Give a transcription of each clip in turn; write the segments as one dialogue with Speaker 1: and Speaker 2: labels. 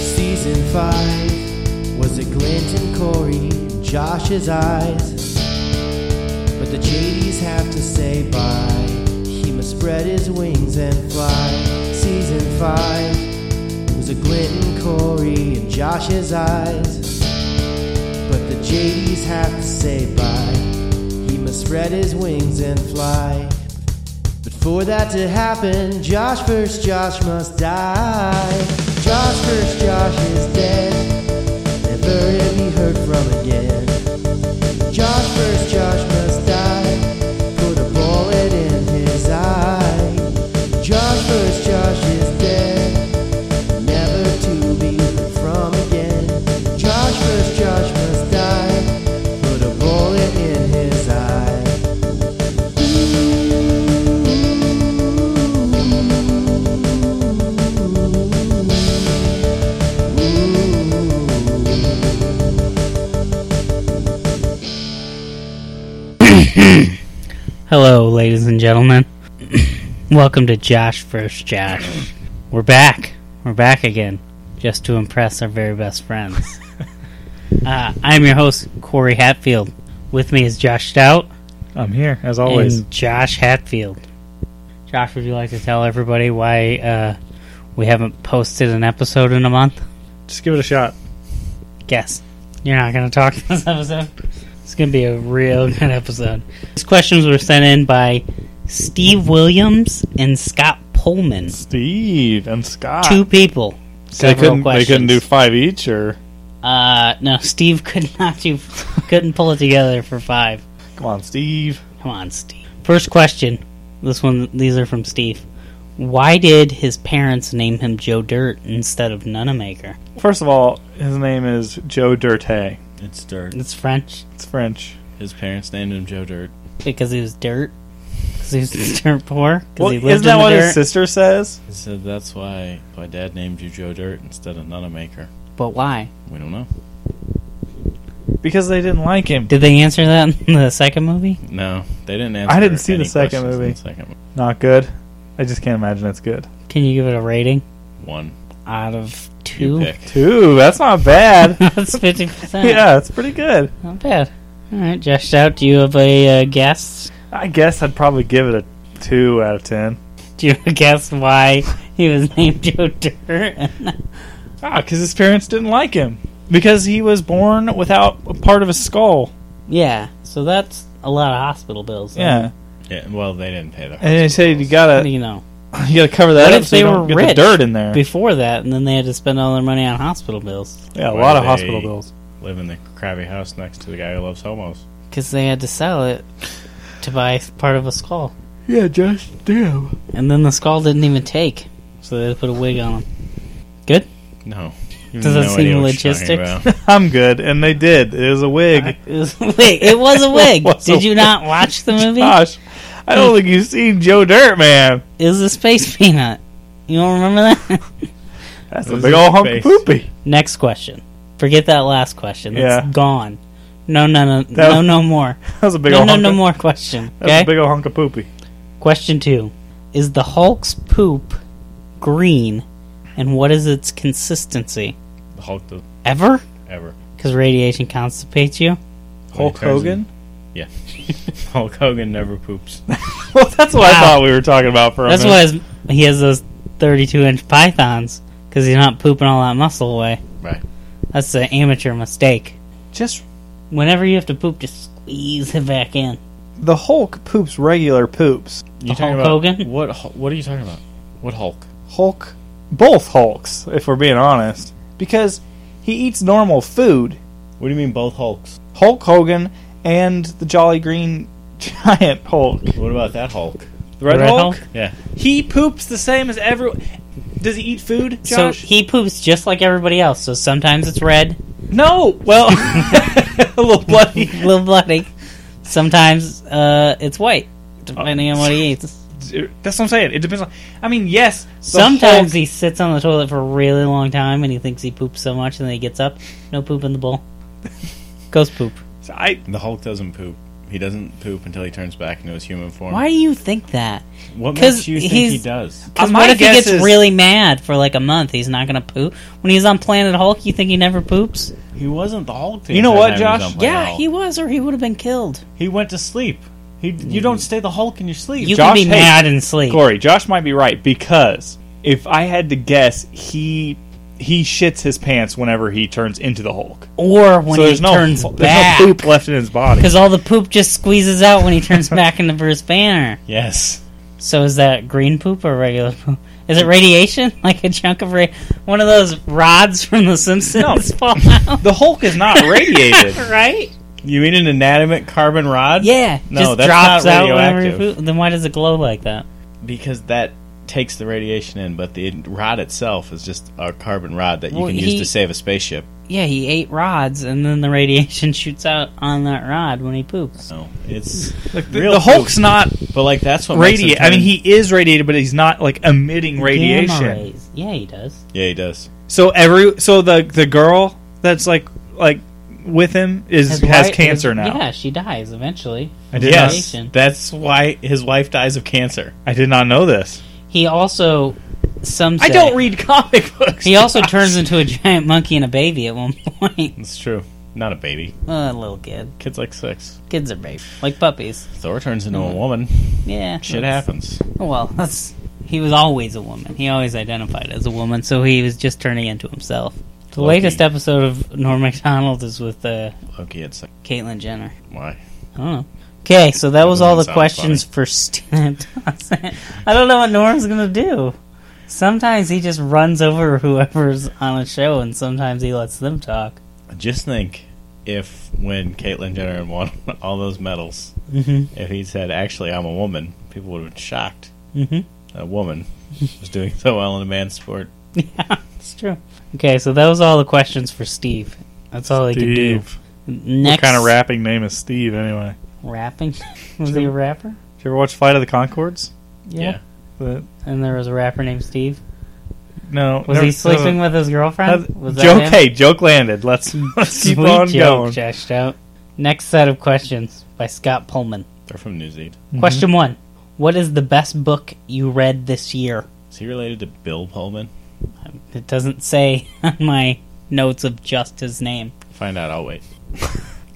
Speaker 1: Season 5 was a glint in Corey, Josh's eyes. But the JDs have to say bye. He must spread his wings and fly. Season 5 was a glint in Corey, and Josh's eyes. But the JDs have to say bye. He must spread his wings and fly. But for that to happen, Josh first Josh must die. Josh first Josh is dead, never to be heard from again. Josh first Josh must die, put a bullet in his eye. Josh first Josh is dead, never to be heard from again. Josh first Josh must die, put a bullet in his eye.
Speaker 2: Hello, ladies and gentlemen. Welcome to Josh First Josh. We're back. We're back again, just to impress our very best friends. uh, I'm your host, Corey Hatfield. With me is Josh Stout
Speaker 3: I'm here as always.
Speaker 2: and Josh Hatfield. Josh, would you like to tell everybody why uh, we haven't posted an episode in a month?
Speaker 3: Just give it a shot.
Speaker 2: Guess. You're not going to talk this episode. It's going to be a real good episode. These questions were sent in by Steve Williams and Scott Pullman.
Speaker 3: Steve and Scott.
Speaker 2: Two people.
Speaker 3: they
Speaker 2: Several
Speaker 3: couldn't. They
Speaker 2: questions.
Speaker 3: couldn't do five each, or
Speaker 2: Uh, no, Steve could not do. couldn't pull it together for five.
Speaker 3: come on, Steve.
Speaker 2: Come on, Steve. First question. This one. These are from Steve. Why did his parents name him Joe Dirt instead of Nonamaker?
Speaker 3: First of all, his name is Joe Dirte.
Speaker 4: It's Dirt.
Speaker 2: It's French
Speaker 3: It's French.
Speaker 4: His parents named him Joe Dirt.
Speaker 2: because he was dirt. Because he was dirt poor. 'Cause
Speaker 3: Well,
Speaker 2: he
Speaker 3: isn't
Speaker 2: lived
Speaker 3: that
Speaker 2: in the
Speaker 3: what
Speaker 2: dirt.
Speaker 3: his sister says?
Speaker 4: He said that's why my dad named you Joe Dirt instead of Nonamaker.
Speaker 2: But why?
Speaker 4: We don't know.
Speaker 3: Because they didn't like him.
Speaker 2: Did they answer that in the second movie?
Speaker 4: No, they didn't answer.
Speaker 3: I didn't see
Speaker 4: any
Speaker 3: the second
Speaker 4: questions in the
Speaker 3: movie.
Speaker 4: second one.
Speaker 3: Not good. I just can't imagine it's good.
Speaker 2: Can you give it a rating
Speaker 4: one.
Speaker 2: out of
Speaker 4: You
Speaker 2: two?
Speaker 4: pick.
Speaker 3: Two. That's not bad.
Speaker 2: That's fifty percent.
Speaker 3: yeah, it's pretty good.
Speaker 2: Not bad. All right, Josh Stout, do you have a uh, guess?
Speaker 3: I guess I'd probably give it a two out of ten.
Speaker 2: Do you have a guess why he was named Joe Dirt?
Speaker 3: Ah, because his parents didn't like him. Because he was born without a part of his skull.
Speaker 2: yeah, so that's a lot of hospital bills. then.
Speaker 3: Yeah,
Speaker 4: Yeah, well, they didn't pay the.
Speaker 3: and they said you
Speaker 2: What
Speaker 3: gotta
Speaker 2: do you know?
Speaker 3: You gotta cover that
Speaker 2: What
Speaker 3: up
Speaker 2: if
Speaker 3: so
Speaker 2: they
Speaker 3: you don't
Speaker 2: were
Speaker 3: get
Speaker 2: rich?
Speaker 3: the dirt in there.
Speaker 2: Before that, and then they had to spend all their money on hospital bills
Speaker 3: yeah, a
Speaker 4: Why
Speaker 3: lot
Speaker 4: do
Speaker 3: of
Speaker 4: they-
Speaker 3: hospital bills.
Speaker 4: Live in the crabby house next to the guy who loves homos.
Speaker 2: because they had to sell it to buy part of a skull.
Speaker 3: Yeah, Josh, damn.
Speaker 2: And then the skull didn't even take, so they had to put a wig on him. Good?
Speaker 4: No. You
Speaker 2: Does that
Speaker 4: have no
Speaker 2: seem
Speaker 4: idea what you're talking
Speaker 2: logistics?
Speaker 4: about.
Speaker 3: I'm good, and they did. It was a wig.
Speaker 2: It was, wait, it was a wig.
Speaker 3: was a Uh,
Speaker 2: Did you not watch the movie?
Speaker 3: Gosh, I don't think you've seen Joe Dirt, man.
Speaker 2: It was a space peanut. You don't remember that?
Speaker 3: That's a
Speaker 4: Those
Speaker 3: big
Speaker 4: are
Speaker 3: old
Speaker 4: the
Speaker 3: hunk
Speaker 4: face.
Speaker 3: of poopy.
Speaker 2: Next question. Forget that last question. It's
Speaker 3: Yeah.
Speaker 2: gone. No, no, no,
Speaker 3: That
Speaker 2: no,
Speaker 3: was-
Speaker 2: no more.
Speaker 3: That was a big
Speaker 2: No,
Speaker 3: old
Speaker 2: no,
Speaker 3: hunk.
Speaker 2: no
Speaker 3: of,
Speaker 2: more question.
Speaker 3: That was
Speaker 2: Okay.
Speaker 3: a big old hunk of poopy.
Speaker 2: Question two: Is the Hulk's poop green, and what is its consistency?
Speaker 4: The Hulk the
Speaker 2: Ever?
Speaker 4: ever.
Speaker 2: Because radiation constipates you.
Speaker 3: Hulk
Speaker 4: turns
Speaker 3: Hogan.
Speaker 4: Yeah. Hulk Hogan never poops.
Speaker 3: well, that's what I
Speaker 2: Wow.
Speaker 3: thought we were talking about for a
Speaker 2: That's
Speaker 3: minute.
Speaker 2: why his, he has those thirty-two inch pythons because he's not pooping all that muscle away.
Speaker 4: Right.
Speaker 2: That's an amateur mistake.
Speaker 3: Just
Speaker 2: Whenever you have to poop, just squeeze it back in.
Speaker 3: the Hulk poops regular poops.
Speaker 4: You
Speaker 2: Hulk
Speaker 4: talking about
Speaker 2: Hogan?
Speaker 4: What? Hul- What are you talking about? What Hulk?
Speaker 3: Hulk, both Hulks, if we're being honest, because he eats normal food.
Speaker 4: What do you mean both Hulks?
Speaker 3: Hulk Hogan and the Jolly Green Giant Hulk. The
Speaker 4: What about that Hulk?
Speaker 3: Red,
Speaker 2: Red
Speaker 3: Hulk?
Speaker 2: Hulk?
Speaker 4: Yeah.
Speaker 3: He poops the same as everyone. Does he eat food,
Speaker 2: So
Speaker 3: Josh?
Speaker 2: he poops just like everybody else. So sometimes it's red,
Speaker 3: no. Well, a little bloody.
Speaker 2: a little bloody. Sometimes uh, it's white, depending on what he eats.
Speaker 3: That's what I'm saying. It depends on. I mean, yes. the
Speaker 2: Sometimes
Speaker 3: Hulk-
Speaker 2: he sits on the toilet for a really long time and he thinks he poops so much and then he gets up, no poop in the bowl. Ghost poop.
Speaker 3: I
Speaker 4: The Hulk doesn't poop. He doesn't poop until he turns back into his human form.
Speaker 2: Why do you think that?
Speaker 4: What
Speaker 2: 'Cause
Speaker 4: makes you think
Speaker 2: he's-
Speaker 4: he does?
Speaker 2: Because
Speaker 3: Uh, my
Speaker 2: what if he
Speaker 3: guess
Speaker 2: gets
Speaker 3: is-
Speaker 2: really mad for like a month? He's not going to poop. When he's on Planet Hulk, you think he never poops?
Speaker 4: He wasn't the Hulk. the
Speaker 3: You know
Speaker 4: entire
Speaker 3: what,
Speaker 4: time he was
Speaker 3: Josh?
Speaker 4: on planet
Speaker 2: Yeah,
Speaker 4: Hulk.
Speaker 2: he was, or he would have been killed.
Speaker 4: He went to sleep. He, you
Speaker 2: Mm.
Speaker 4: don't stay the Hulk in your sleep.
Speaker 2: You
Speaker 3: Josh,
Speaker 2: can be
Speaker 3: hey,
Speaker 2: mad and sleep.
Speaker 3: Corey, Josh might be right because if I had to guess, he he shits his pants whenever he turns into the Hulk.
Speaker 2: Or when
Speaker 3: so
Speaker 2: he
Speaker 3: there's no
Speaker 2: turns
Speaker 3: there's
Speaker 2: back.
Speaker 3: no poop left in his body.
Speaker 2: Because all the poop just squeezes out when he turns back into Bruce Banner.
Speaker 4: yes.
Speaker 2: So is that green poop or regular poop? Is it radiation? Like a chunk of ra- one of those rods from The Simpsons fall out,
Speaker 3: The Hulk is not radiated.
Speaker 2: right?
Speaker 4: You mean an inanimate carbon rod?
Speaker 2: Yeah,
Speaker 4: No,
Speaker 2: just
Speaker 4: that's
Speaker 2: drops
Speaker 4: not
Speaker 2: out whenever you
Speaker 4: radioactive.
Speaker 2: poop. Then why does it glow like that?
Speaker 4: Because that takes the radiation in, but the rod itself is just a carbon rod that you
Speaker 2: Well,
Speaker 4: can
Speaker 2: he-
Speaker 4: use to save a spaceship.
Speaker 2: Yeah, he ate rods, and then the radiation shoots out on that rod when he poops.
Speaker 4: No, it's
Speaker 3: The,
Speaker 4: real
Speaker 3: the Hulk's
Speaker 4: poop.
Speaker 3: not
Speaker 4: But like that's what makes him
Speaker 3: radiated. I mean,
Speaker 4: turn-
Speaker 3: he is radiated, but he's not like emitting
Speaker 2: Gamma
Speaker 3: radiation.
Speaker 2: rays. Yeah, he does.
Speaker 4: yeah he does.
Speaker 3: So every so the the girl that's like like with him is has
Speaker 2: wi-
Speaker 3: cancer
Speaker 2: his-
Speaker 3: now.
Speaker 2: Yeah, she dies eventually.
Speaker 3: I did not-
Speaker 4: Yes,
Speaker 2: Radiation.
Speaker 4: that's why his wife dies of cancer.
Speaker 3: I did not know this.
Speaker 2: He also some.
Speaker 3: I
Speaker 2: say-
Speaker 3: don't read comic books.
Speaker 2: He also turns into a giant monkey and a baby at one point.
Speaker 4: It's true. Not a baby.
Speaker 2: Oh, a little kid.
Speaker 4: Kids like six.
Speaker 2: Kids are babies, like puppies.
Speaker 4: Thor turns into a woman.
Speaker 2: Yeah,
Speaker 4: Shit
Speaker 2: Mm. that's-
Speaker 4: happens.
Speaker 2: Well, that's he was always a woman. He always identified as a woman, so he was just turning into himself. The
Speaker 4: Lucky.
Speaker 2: latest episode of Norm Macdonald is with uh,
Speaker 4: Loki had sex.
Speaker 2: Caitlyn Jenner.
Speaker 4: Why?
Speaker 2: I don't know. Okay, so that was all the
Speaker 4: Sounds
Speaker 2: questions for Stan. Thompson. I don't know what Norm's gonna do. Sometimes he just runs over whoever's on a show, and sometimes he lets them talk.
Speaker 4: Just think if when Caitlyn Jenner won all those medals,
Speaker 2: Mm-hmm.
Speaker 4: if he said, "Actually, I'm a woman," people would have been shocked.
Speaker 2: Mm-hmm.
Speaker 4: A woman was doing so well in a man's sport.
Speaker 2: Yeah, it's true. Okay, so that was all the questions for Steve. That's all he could do. Next,
Speaker 3: What kind of rapping name is Steve anyway?
Speaker 2: rapping? was he a rapper?
Speaker 3: Did you ever watch Flight of the Concords?
Speaker 4: Yeah.
Speaker 3: The,
Speaker 2: And there was a rapper named Steve.
Speaker 3: no.
Speaker 2: Was
Speaker 3: never-
Speaker 2: he sleeping with his girlfriend?
Speaker 3: Uh,
Speaker 2: Was
Speaker 3: joke,
Speaker 2: him?
Speaker 3: hey, joke landed. Let's, let's keep
Speaker 2: Sweet
Speaker 3: on
Speaker 2: joke,
Speaker 3: going.
Speaker 2: Josh Stout. Next set of questions by Scott Pullman.
Speaker 4: They're from New Zealand.
Speaker 2: Question one: What is the best book you read this year?
Speaker 4: Is he related to Bill Pullman?
Speaker 2: It doesn't say on my notes of just his name.
Speaker 4: Find out. I'll wait.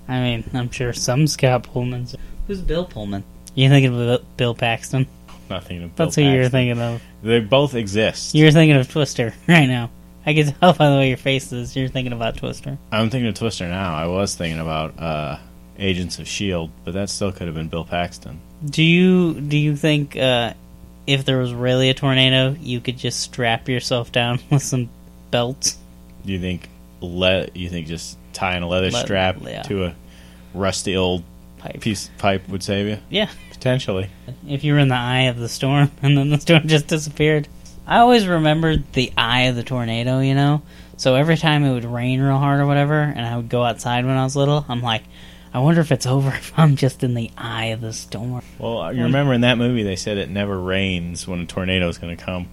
Speaker 2: I mean, I'm sure some Scott Pullmans. Who's Bill Pullman? You're thinking of Bill- Bill Paxton.
Speaker 4: Not thinking of Bill
Speaker 2: That's who you're
Speaker 4: Paxton.
Speaker 2: thinking of.
Speaker 4: They both exist.
Speaker 2: You're thinking of Twister right now. I can tell by the way your face is. You're thinking about Twister.
Speaker 4: I'm thinking of Twister now. I was thinking about uh, Agents of Shield, E but that still could have been Bill Paxton.
Speaker 2: Do you do you think uh, if there was really a tornado, you could just strap yourself down with some belts?
Speaker 4: Do you think le- You think just tying a leather
Speaker 2: Le-
Speaker 4: strap
Speaker 2: yeah.
Speaker 4: to a rusty old
Speaker 2: Pipe.
Speaker 4: piece of pipe would save you?
Speaker 2: Yeah.
Speaker 4: Potentially.
Speaker 2: If you were in the eye of the storm and then the storm just disappeared. I always remembered the eye of the tornado, you know? So every time it would rain real hard or whatever, and I would go outside when I was little, I'm like, I wonder if it's over if I'm just in the eye of the storm.
Speaker 4: Well, you remember in that movie they said it never rains when a tornado is going to come.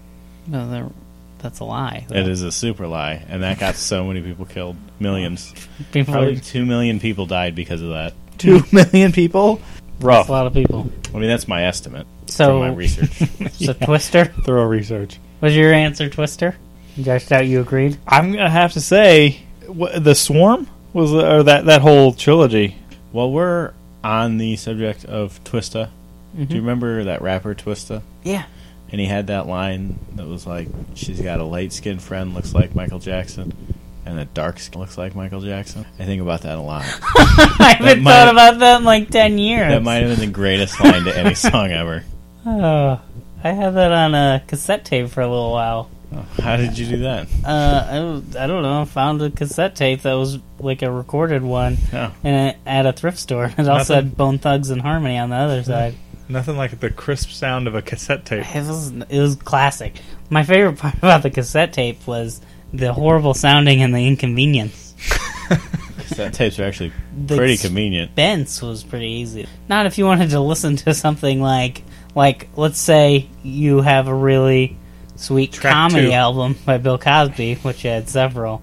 Speaker 2: No, that- that's a lie.
Speaker 4: It is a super lie, and that got so many people killed. Millions.
Speaker 2: People
Speaker 4: Probably two million people died because of that.
Speaker 3: Two million people?
Speaker 2: that's
Speaker 3: Rough.
Speaker 2: a lot of people.
Speaker 4: I mean, that's my estimate from my
Speaker 2: So,
Speaker 4: research.
Speaker 2: so Twister
Speaker 3: Thorough research.
Speaker 2: was your answer. Twister, Josh, doubt you agreed.
Speaker 3: I'm going to have to say, wh- The Swarm? was Or that, that whole trilogy?
Speaker 4: Well, we're on the subject of Twista. Do you remember that rapper Twista?
Speaker 2: Yeah,
Speaker 4: And he had that line that was like, "She's got a light skinned friend, looks like Michael Jackson, and a dark skin looks like Michael Jackson." I think about that a lot.
Speaker 2: I haven't
Speaker 4: might-
Speaker 2: thought about that in like ten years.
Speaker 4: that might have been the greatest line to any song ever.
Speaker 2: Oh, I had that on a cassette tape for a little while.
Speaker 4: How did you do that?
Speaker 2: Uh, I, was- I don't know. I found a cassette tape that was like a recorded one,
Speaker 4: Oh.
Speaker 2: and it, at a thrift store. It also
Speaker 3: Nothing.
Speaker 2: had Bone Thugs and Harmony on the other side.
Speaker 3: Nothing like the crisp sound of a cassette tape.
Speaker 2: It was it was classic. My favorite part about the cassette tape was the horrible sounding and the inconvenience.
Speaker 4: Cassette tapes are actually
Speaker 2: The
Speaker 4: pretty convenient.
Speaker 2: Benz was pretty easy. Not if you wanted to listen to something like like let's say you have a really sweet
Speaker 3: Track
Speaker 2: comedy
Speaker 3: two.
Speaker 2: album by Bill Cosby, which he had several,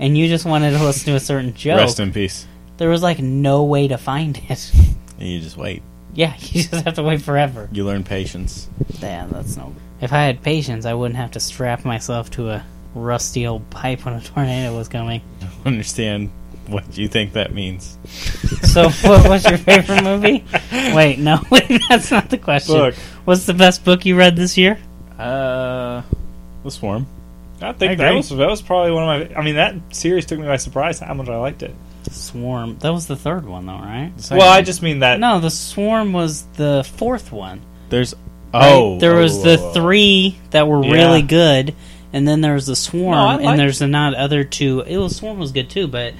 Speaker 2: and you just wanted to listen to a certain joke.
Speaker 4: Rest in peace.
Speaker 2: there was like no way to find it.
Speaker 4: And you just wait.
Speaker 2: Yeah, you just have to wait forever.
Speaker 4: You learn patience.
Speaker 2: Damn, that's no. If I had patience, I wouldn't have to strap myself to a rusty old pipe when a tornado was coming.
Speaker 4: I don't understand what you think that means.
Speaker 2: So, what was your favorite movie? Wait, no, that's not the question.
Speaker 3: Book.
Speaker 2: What's the best book you read this year?
Speaker 4: Uh, the swarm.
Speaker 3: I think
Speaker 4: I
Speaker 3: that
Speaker 4: agree.
Speaker 3: was that was probably one of my. I mean, that series took me by surprise how much I liked it.
Speaker 2: Swarm. That was the third one, though, right?
Speaker 4: The second
Speaker 3: Well, I
Speaker 4: one.
Speaker 3: just mean that.
Speaker 2: No, the Swarm was the fourth one.
Speaker 4: there's
Speaker 2: right?
Speaker 4: oh
Speaker 2: there
Speaker 4: oh,
Speaker 2: was
Speaker 4: oh,
Speaker 2: the
Speaker 4: oh, oh.
Speaker 2: three that were
Speaker 3: Yeah.
Speaker 2: really good, and then there was the Swarm,
Speaker 3: No, I like-
Speaker 2: and there's the not other two. It was Swarm was good too, but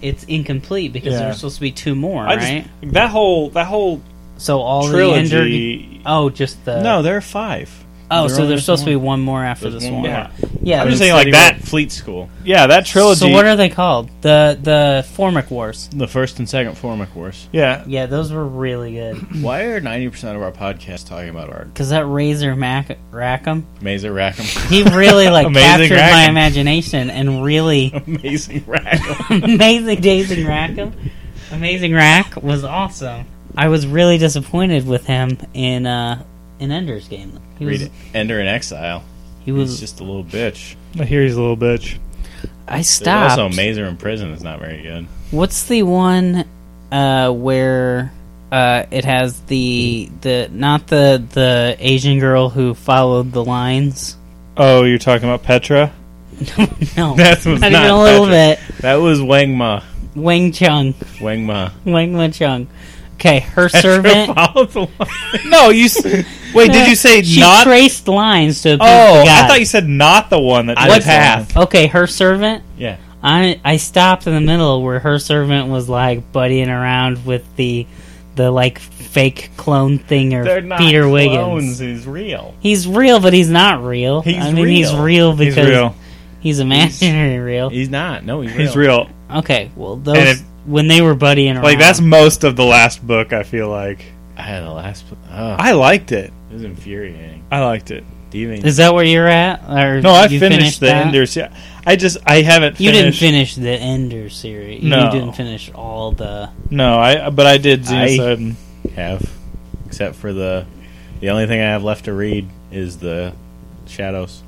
Speaker 2: it's incomplete because
Speaker 3: Yeah.
Speaker 2: there's supposed to be two more,
Speaker 3: I
Speaker 2: right?
Speaker 3: just that whole that whole
Speaker 2: So all the Ender.
Speaker 3: trilogy.
Speaker 2: Oh, just the
Speaker 4: No, there are five.
Speaker 2: Oh,
Speaker 4: There
Speaker 2: so
Speaker 4: are
Speaker 2: there's supposed to be
Speaker 4: only
Speaker 2: one more after
Speaker 4: There's
Speaker 2: the
Speaker 4: one
Speaker 2: Swarm.
Speaker 4: more.
Speaker 2: Yeah,
Speaker 3: yeah,
Speaker 2: yeah
Speaker 3: I'm
Speaker 2: there's-
Speaker 3: just saying like
Speaker 4: City
Speaker 3: that.
Speaker 4: Road Fleet School.
Speaker 3: Yeah, that trilogy.
Speaker 2: So what are they called? The the Formic Wars.
Speaker 4: The first and second Formic Wars.
Speaker 3: yeah,
Speaker 2: Yeah, those were really good
Speaker 4: Why are ninety percent of our podcasts talking about our
Speaker 2: because that Razor Mac Rackham,
Speaker 4: Mazer Rackham?
Speaker 2: he really like
Speaker 3: Amazing
Speaker 2: captured my
Speaker 3: Rackham.
Speaker 2: imagination and really
Speaker 4: Amazing Rackham.
Speaker 2: amazing Dazing Rackham. Amazing Rack was awesome. I was really disappointed with him in uh in Ender's Game. He was
Speaker 4: Read it. Ender in Exile.
Speaker 2: he
Speaker 4: He's
Speaker 2: was
Speaker 4: just a little bitch.
Speaker 3: I hear he's a little bitch.
Speaker 2: I
Speaker 4: There's
Speaker 2: stopped.
Speaker 4: Also, Mazer in prison is not very good.
Speaker 2: What's the one uh, where uh, it has the the not the the Asian girl who followed the lines?
Speaker 3: Oh, you're talking about Petra?
Speaker 2: No,
Speaker 4: That was
Speaker 2: not, even
Speaker 4: not
Speaker 2: a little
Speaker 4: Patrick.
Speaker 2: bit.
Speaker 4: That was Wang Ma.
Speaker 2: Wang Chung,
Speaker 4: Wang Ma.
Speaker 2: Wang Ma Chung. Okay, her servant.
Speaker 4: Follow the line.
Speaker 3: No, you. s- Wait, did you say
Speaker 2: she
Speaker 3: not?
Speaker 2: traced lines to.
Speaker 3: oh, I thought you said not the one that.
Speaker 4: I
Speaker 3: did
Speaker 4: was half.
Speaker 3: that.
Speaker 2: Okay, her servant.
Speaker 4: Yeah.
Speaker 2: I I stopped in the middle where her servant was like buddying around with the the like fake clone thing or
Speaker 4: They're not
Speaker 2: Peter Wiggins.
Speaker 4: clones. He's real.
Speaker 2: He's real, but he's not real.
Speaker 4: He's
Speaker 2: I mean, he's
Speaker 4: real.
Speaker 2: real
Speaker 3: He's
Speaker 2: because he's,
Speaker 3: real.
Speaker 2: imaginary real.
Speaker 4: He's not. No, he's real.
Speaker 3: He's real.
Speaker 2: okay, well, those
Speaker 3: And if-
Speaker 2: when they were buddying around,
Speaker 3: Like that's most of the last book. I feel like
Speaker 4: I had a last. Oh,
Speaker 3: I liked it.
Speaker 4: it was infuriating.
Speaker 3: I liked it.
Speaker 4: Do you mean
Speaker 2: is that where you're at? Or
Speaker 3: No, I
Speaker 2: you
Speaker 3: finished, the
Speaker 2: that?
Speaker 3: Enders. Yeah, I just I haven't.
Speaker 2: You
Speaker 3: Finished.
Speaker 2: didn't finish the Ender series.
Speaker 3: No.
Speaker 2: You didn't finish all the.
Speaker 3: No, I but I did Xenosaid. and-
Speaker 4: have? Except for the, the only thing I have left to read is the shadows.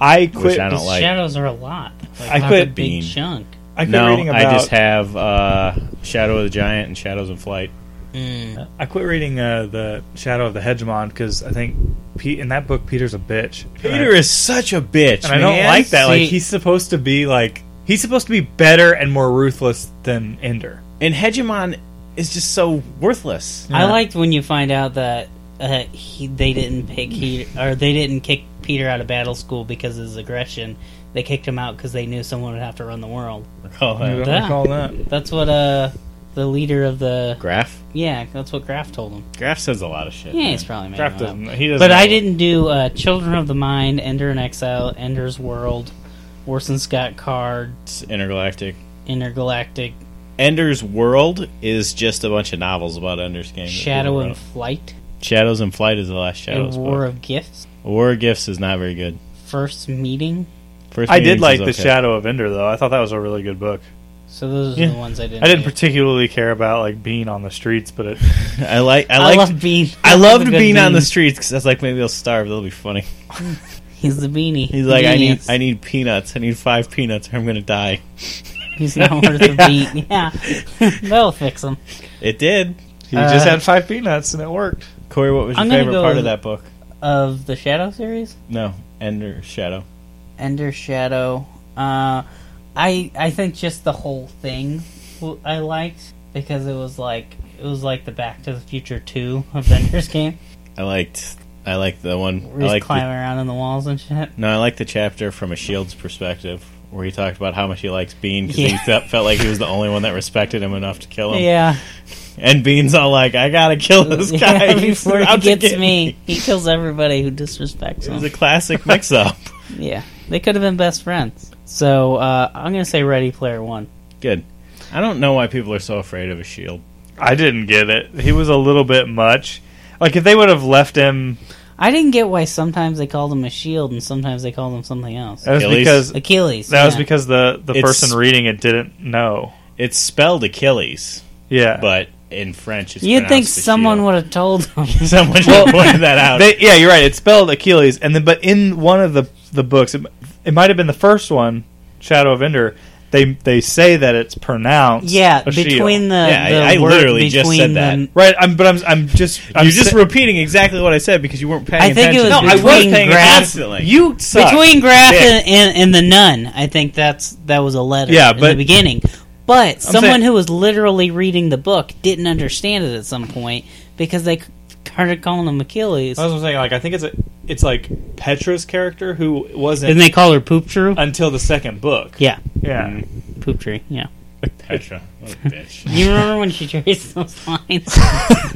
Speaker 3: I quit.
Speaker 4: I
Speaker 2: the
Speaker 4: don't like-
Speaker 2: shadows are a lot. Like,
Speaker 3: I
Speaker 2: that's
Speaker 3: quit
Speaker 2: a big
Speaker 4: being-
Speaker 2: chunk.
Speaker 3: I quit
Speaker 4: no,
Speaker 3: reading about.
Speaker 4: I just have uh, Shadow of the Giant and Shadows in Flight.
Speaker 2: Mm.
Speaker 3: I quit reading uh, the Shadow of the Hegemon because I think Pete in that book Peter's a bitch.
Speaker 4: Peter is such a bitch.
Speaker 3: and I don't
Speaker 4: man.
Speaker 3: like that. like
Speaker 2: See-
Speaker 3: he's supposed to be like he's supposed to be better and more ruthless than Ender.
Speaker 4: And Hegemon is just so worthless.
Speaker 2: I
Speaker 3: Yeah.
Speaker 2: liked when you find out that uh, he they didn't pick he or they didn't kick Peter out of battle school because of his aggression. They kicked him out because they knew someone would have to run the world.
Speaker 4: Oh,
Speaker 3: I
Speaker 4: that-
Speaker 3: don't
Speaker 2: Yeah.
Speaker 3: recall that.
Speaker 2: That's what uh the leader of the
Speaker 4: Graf.
Speaker 2: yeah that's what Graf told him.
Speaker 4: Graf says a lot of shit.
Speaker 2: Yeah,
Speaker 4: man.
Speaker 2: he's probably made
Speaker 3: Draft
Speaker 2: him up.
Speaker 3: doesn't. He doesn't.
Speaker 2: But I
Speaker 3: know.
Speaker 2: didn't do uh, Children of the Mind, Ender in Exile, Ender's World, Orson Scott Card,
Speaker 4: It's intergalactic.
Speaker 2: Intergalactic,
Speaker 4: Ender's World is just a bunch of novels about Ender's Game. that
Speaker 2: Shadow
Speaker 4: people
Speaker 2: and
Speaker 4: wrote.
Speaker 2: Flight,
Speaker 4: Shadows and Flight is the last Shadows
Speaker 2: and War
Speaker 4: book.
Speaker 2: of Gifts,
Speaker 4: War of Gifts is not very good.
Speaker 2: First Meeting.
Speaker 4: First
Speaker 3: I did
Speaker 4: Meetings
Speaker 3: like
Speaker 4: is
Speaker 3: the
Speaker 4: okay.
Speaker 3: Shadow of Ender though. I thought that was a really good book.
Speaker 2: So those are
Speaker 3: Yeah.
Speaker 2: the ones I didn't.
Speaker 3: I didn't
Speaker 2: do.
Speaker 3: particularly care about like being on the streets, but it,
Speaker 4: I like. I
Speaker 2: I,
Speaker 4: like.
Speaker 2: love Bean.
Speaker 4: I loved
Speaker 2: He's a good
Speaker 4: being on
Speaker 2: bean.
Speaker 4: the streets because that's like maybe they'll starve. That'll be funny.
Speaker 2: He's the beanie.
Speaker 4: He's like, I need,
Speaker 2: Genius.
Speaker 4: I need peanuts. I need five peanuts, or I'm gonna die.
Speaker 2: He's not worth a beat. Yeah, that'll fix him.
Speaker 4: It did.
Speaker 3: he
Speaker 2: Uh,
Speaker 3: just had five peanuts and it worked.
Speaker 4: Corey, what was your
Speaker 2: I'm gonna
Speaker 4: favorite
Speaker 2: go
Speaker 4: part
Speaker 2: with-
Speaker 4: of that book?
Speaker 2: Of the Shadow series,
Speaker 4: No, Ender's Shadow.
Speaker 2: Ender Shadow. Uh, I I think just the whole thing w- I liked because it was like it was like the Back to the Future two of Ender's game.
Speaker 4: I liked. I liked the one.
Speaker 2: Where he's
Speaker 4: I liked the
Speaker 2: climbing around in the walls and shit.
Speaker 4: No, I like the chapter from a Shields perspective where he talked about how much he likes Bean because he
Speaker 2: Yeah.
Speaker 4: felt, felt like he was the only one that respected him enough to kill him.
Speaker 2: Yeah,
Speaker 4: And Bean's all like, "I gotta kill this guy
Speaker 2: yeah
Speaker 4: He's
Speaker 2: before he
Speaker 4: out to
Speaker 2: gets
Speaker 4: get
Speaker 2: me, he kills everybody who disrespects
Speaker 4: It
Speaker 2: him.
Speaker 4: was a classic mix-up.
Speaker 2: Yeah, they could have been best friends. So uh, I'm gonna say Ready Player One.
Speaker 4: Good. I don't know why people are so afraid of a shield.
Speaker 3: I didn't get it. He was a little bit much. Like if they would have left him,
Speaker 2: I didn't get why sometimes they called him a shield and sometimes they called him something else.
Speaker 3: that was
Speaker 4: Achilles.
Speaker 3: because
Speaker 2: Achilles.
Speaker 3: that was
Speaker 2: yeah.
Speaker 3: because the the
Speaker 4: It's-
Speaker 3: person reading it didn't know.
Speaker 4: It's spelled Achilles,
Speaker 3: Yeah,
Speaker 4: but in French. It's
Speaker 2: You'd think
Speaker 4: pronounced the
Speaker 2: someone
Speaker 4: shield.
Speaker 2: would have told them.
Speaker 4: someone should have pointed that out.
Speaker 3: They, yeah, you're right. It's spelled Achilles, and then but in one of the the books, it, it might have been the first one, Shadow of Ender. They they say that it's pronounced.
Speaker 2: yeah,
Speaker 3: Achille.
Speaker 2: between the,
Speaker 4: Yeah, I-
Speaker 2: the
Speaker 4: I
Speaker 2: word
Speaker 4: literally just
Speaker 2: between
Speaker 4: said
Speaker 2: the-
Speaker 4: that.
Speaker 3: right. I'm but I'm I'm just I'm
Speaker 4: You're just
Speaker 3: sa-
Speaker 4: repeating exactly what I said because you weren't paying
Speaker 2: I think it
Speaker 4: attention.
Speaker 2: was
Speaker 4: no, I was
Speaker 2: between
Speaker 4: paying
Speaker 2: grass-
Speaker 4: attention. Constantly.
Speaker 3: you suck.
Speaker 2: between Graf
Speaker 3: Yeah.
Speaker 2: and, and, and the nun. I think that's that was a letter.
Speaker 3: Yeah,
Speaker 2: in
Speaker 3: but-
Speaker 2: the beginning. But someone
Speaker 3: saying-
Speaker 2: who was literally reading the book didn't understand it at some point because they c- started calling him Achilles.
Speaker 3: That's what I'm saying. Like I think it's a it's like Petra's character who wasn't
Speaker 2: Didn't they call her Poop True?
Speaker 3: until the second book. Mm.
Speaker 2: yeah,
Speaker 3: Yeah.
Speaker 2: Poop Tree. Yeah.
Speaker 4: Petra, what a bitch.
Speaker 2: You remember when she traced those lines?
Speaker 3: Oh,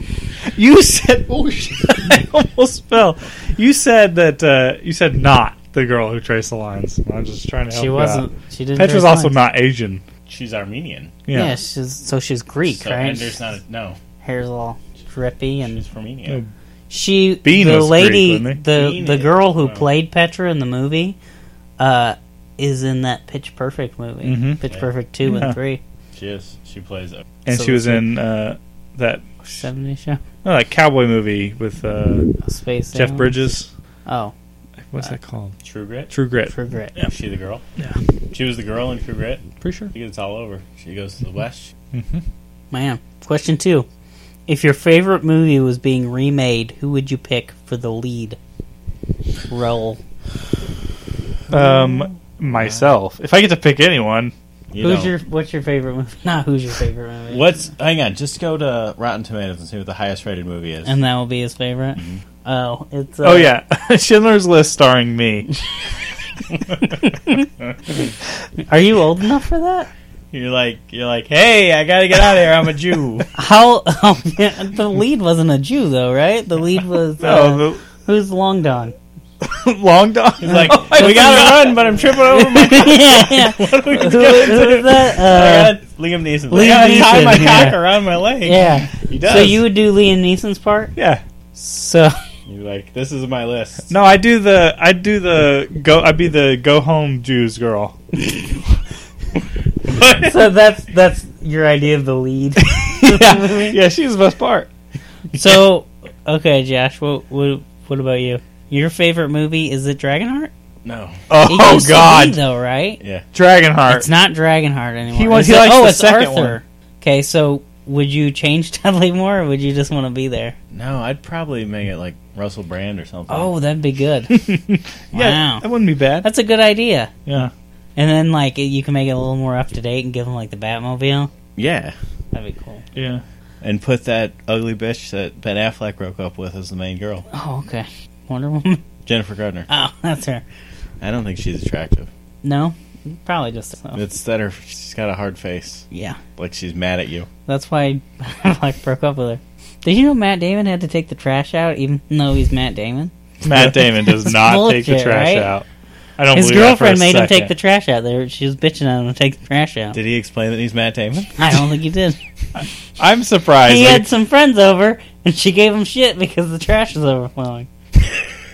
Speaker 3: You said oh shit, I almost fell. You said that uh, you said not the girl who traced the lines. I'm just trying to help.
Speaker 2: she
Speaker 3: you
Speaker 2: wasn't.
Speaker 3: out.
Speaker 2: She didn't.
Speaker 3: Petra's
Speaker 2: trace
Speaker 3: also
Speaker 2: lines.
Speaker 3: not Asian.
Speaker 4: She's Armenian.
Speaker 2: Yeah,
Speaker 3: Yeah.
Speaker 2: she's, so she's Greek,
Speaker 4: so
Speaker 2: right?
Speaker 4: Ender's not. A, no,
Speaker 2: Hair's all drippy and
Speaker 4: she's from Armenia.
Speaker 3: Oh.
Speaker 2: She,
Speaker 3: Bean
Speaker 2: the
Speaker 3: was Greek,
Speaker 2: lady,
Speaker 3: wasn't he?
Speaker 2: the
Speaker 4: Bean
Speaker 2: the
Speaker 4: is-
Speaker 2: girl who
Speaker 4: wow.
Speaker 2: played Petra in the movie, uh, is in that Pitch Perfect movie,
Speaker 3: Mhm.
Speaker 2: Pitch Perfect two
Speaker 3: Yeah.
Speaker 2: and three,
Speaker 4: She is. She plays. A,
Speaker 3: And
Speaker 2: So
Speaker 3: she was
Speaker 2: it's a-
Speaker 3: in uh, that
Speaker 2: seventy show,
Speaker 3: no, that cowboy movie with uh,
Speaker 2: Space
Speaker 3: Jeff
Speaker 2: Jam.
Speaker 3: Bridges.
Speaker 2: Oh,
Speaker 3: What's that called?
Speaker 4: True Grit.
Speaker 3: True Grit.
Speaker 2: for grit.
Speaker 4: Yeah, she the girl.
Speaker 3: Yeah.
Speaker 4: She was the girl in True Grit.
Speaker 3: Pretty sure.
Speaker 4: She gets all over. She goes to the West.
Speaker 2: Man, question two: If your favorite movie was being remade, who would you pick for the lead role?
Speaker 3: Um, myself. If I get to pick anyone,
Speaker 4: You
Speaker 2: who's
Speaker 4: know.
Speaker 2: your what's your favorite movie? Not who's your favorite movie.
Speaker 4: What's? Hang on. Just go to Rotten Tomatoes and see what the highest rated movie is.
Speaker 2: And that will be his favorite. Oh, it's uh,
Speaker 3: oh yeah, Schindler's List starring me.
Speaker 2: uh, Are you old enough for that?
Speaker 4: You're like, you're like, hey, I gotta get out of here. I'm a Jew.
Speaker 2: How oh, yeah, the lead wasn't a Jew though, right? The lead was uh,
Speaker 3: Oh,
Speaker 2: who's Long Don?
Speaker 3: the long dog.
Speaker 4: He's like,
Speaker 3: we gotta run, but I'm tripping over my.
Speaker 2: yeah, yeah. Who,
Speaker 4: what are we
Speaker 2: who is that? Uh,
Speaker 4: Uh, Liam Neeson.
Speaker 2: Liam
Speaker 4: Liam I tie
Speaker 2: Neeson,
Speaker 4: my cock
Speaker 2: yeah.
Speaker 4: around my leg.
Speaker 2: yeah.
Speaker 4: He does.
Speaker 2: So you would do Liam Neeson's part?
Speaker 3: Yeah.
Speaker 2: So
Speaker 4: You're like, this is my list.
Speaker 3: No, I do the I do the go. I'd be the go home Jews girl.
Speaker 2: so that's that's your idea of the lead.
Speaker 3: yeah, yeah, she was the best part.
Speaker 2: So okay, Josh, what what what about you? Your favorite movie is it Dragonheart?
Speaker 4: No.
Speaker 2: It
Speaker 3: Oh
Speaker 2: used to be,
Speaker 3: God,
Speaker 2: though, right?
Speaker 4: Yeah.
Speaker 2: It's
Speaker 3: Dragonheart.
Speaker 2: not Dragonheart anymore.
Speaker 3: He wants-
Speaker 2: It's
Speaker 3: he likes
Speaker 2: oh,
Speaker 3: the
Speaker 2: it's
Speaker 3: second
Speaker 2: Arthur.
Speaker 3: one.
Speaker 2: Okay, so would you change Dudley Moore, or would you just want to be there?
Speaker 4: No, I'd probably make it like Russell Brand or something.
Speaker 2: Oh, that'd be good.
Speaker 3: yeah,
Speaker 2: Wow.
Speaker 3: that wouldn't be bad.
Speaker 2: That's a good idea.
Speaker 3: Yeah,
Speaker 2: And then, like, you can make it a little more up to date and give them, like, the Batmobile.
Speaker 4: Yeah.
Speaker 2: That'd be cool.
Speaker 3: yeah.
Speaker 4: And put that ugly bitch that Ben Affleck broke up with as the main girl,
Speaker 2: Oh, okay. Wonder Woman?
Speaker 4: Jennifer Gardner.
Speaker 2: Oh, that's her.
Speaker 4: I don't think she's attractive.
Speaker 2: No? Probably just. oh,
Speaker 4: It's that her. She's got a hard face.
Speaker 2: yeah.
Speaker 4: Like she's mad at you.
Speaker 2: That's why I, like, broke up with her. Did you know Matt Damon had to take the trash out, even though he's Matt Damon?
Speaker 3: Matt Damon does
Speaker 2: It's
Speaker 3: not take the
Speaker 2: bullshit,
Speaker 3: trash
Speaker 2: right?
Speaker 3: out. I don't.
Speaker 2: His
Speaker 3: believe that for a
Speaker 2: girlfriend made him take the
Speaker 3: second.
Speaker 2: trash out. There, She was bitching at him to take the trash out.
Speaker 4: Did he explain that he's Matt Damon?
Speaker 2: I don't think he did.
Speaker 3: I'm surprised.
Speaker 2: he
Speaker 3: that-
Speaker 2: had some friends over, and she gave him shit because the trash was overflowing.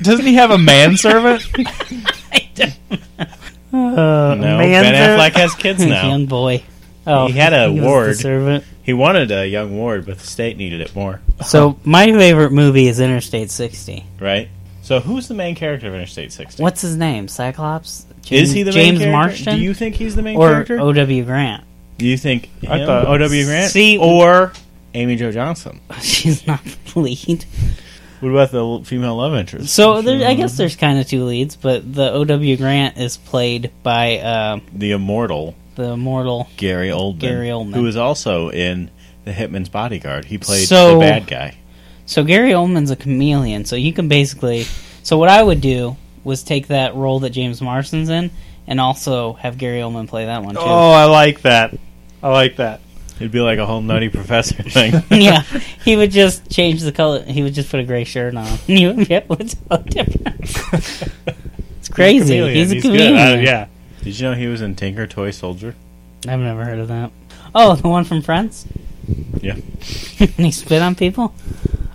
Speaker 3: doesn't he have a manservant?
Speaker 2: I don't know.
Speaker 4: No. Ben Affleck has kids now.
Speaker 2: Uh, young boy. Oh,
Speaker 4: He had a
Speaker 2: was the
Speaker 4: ward.
Speaker 2: servant.
Speaker 4: he wanted a young ward, but the state needed it more.
Speaker 2: So my favorite movie is Interstate 60.
Speaker 4: Right. So who's the main character of Interstate 60?
Speaker 2: What's his name? Cyclops? James,
Speaker 4: Is he the
Speaker 2: James
Speaker 4: main character?
Speaker 2: Marston?
Speaker 4: Do you think he's the main
Speaker 2: or
Speaker 4: character?
Speaker 2: O.W. Grant?
Speaker 4: Do you think
Speaker 3: I
Speaker 4: him,
Speaker 3: thought-
Speaker 4: O.W. Grant Oh.
Speaker 2: See-
Speaker 4: or Amy Jo Johnson?
Speaker 2: She's not the lead.
Speaker 4: What about the l- female love interest?
Speaker 2: So there, I guess there's kind of two leads, but the O.W. Grant is played by uh,
Speaker 4: The immortal
Speaker 2: the immortal.
Speaker 4: Gary Oldman,
Speaker 2: Gary Oldman.
Speaker 4: who is also in The Hitman's Bodyguard. He played
Speaker 2: So-
Speaker 4: the bad guy.
Speaker 2: So Gary Oldman's a chameleon, so you can basically. So what I would do was take that role that James Marston's in, and also have Gary Oldman play that one too.
Speaker 3: oh, I like that. I like that.
Speaker 4: It'd be like a whole nutty professor thing.
Speaker 2: yeah, he would just change the color. He would just put a gray shirt on. And you would be able to tell the difference. it's crazy.
Speaker 3: Chameleon,
Speaker 2: He's a
Speaker 3: good.
Speaker 2: comedian.
Speaker 3: I- yeah.
Speaker 4: Did you know he was in Tinker Toy Soldier?
Speaker 2: I've never heard of that. Oh, the one from Friends?
Speaker 4: Yeah.
Speaker 2: and he spit on people?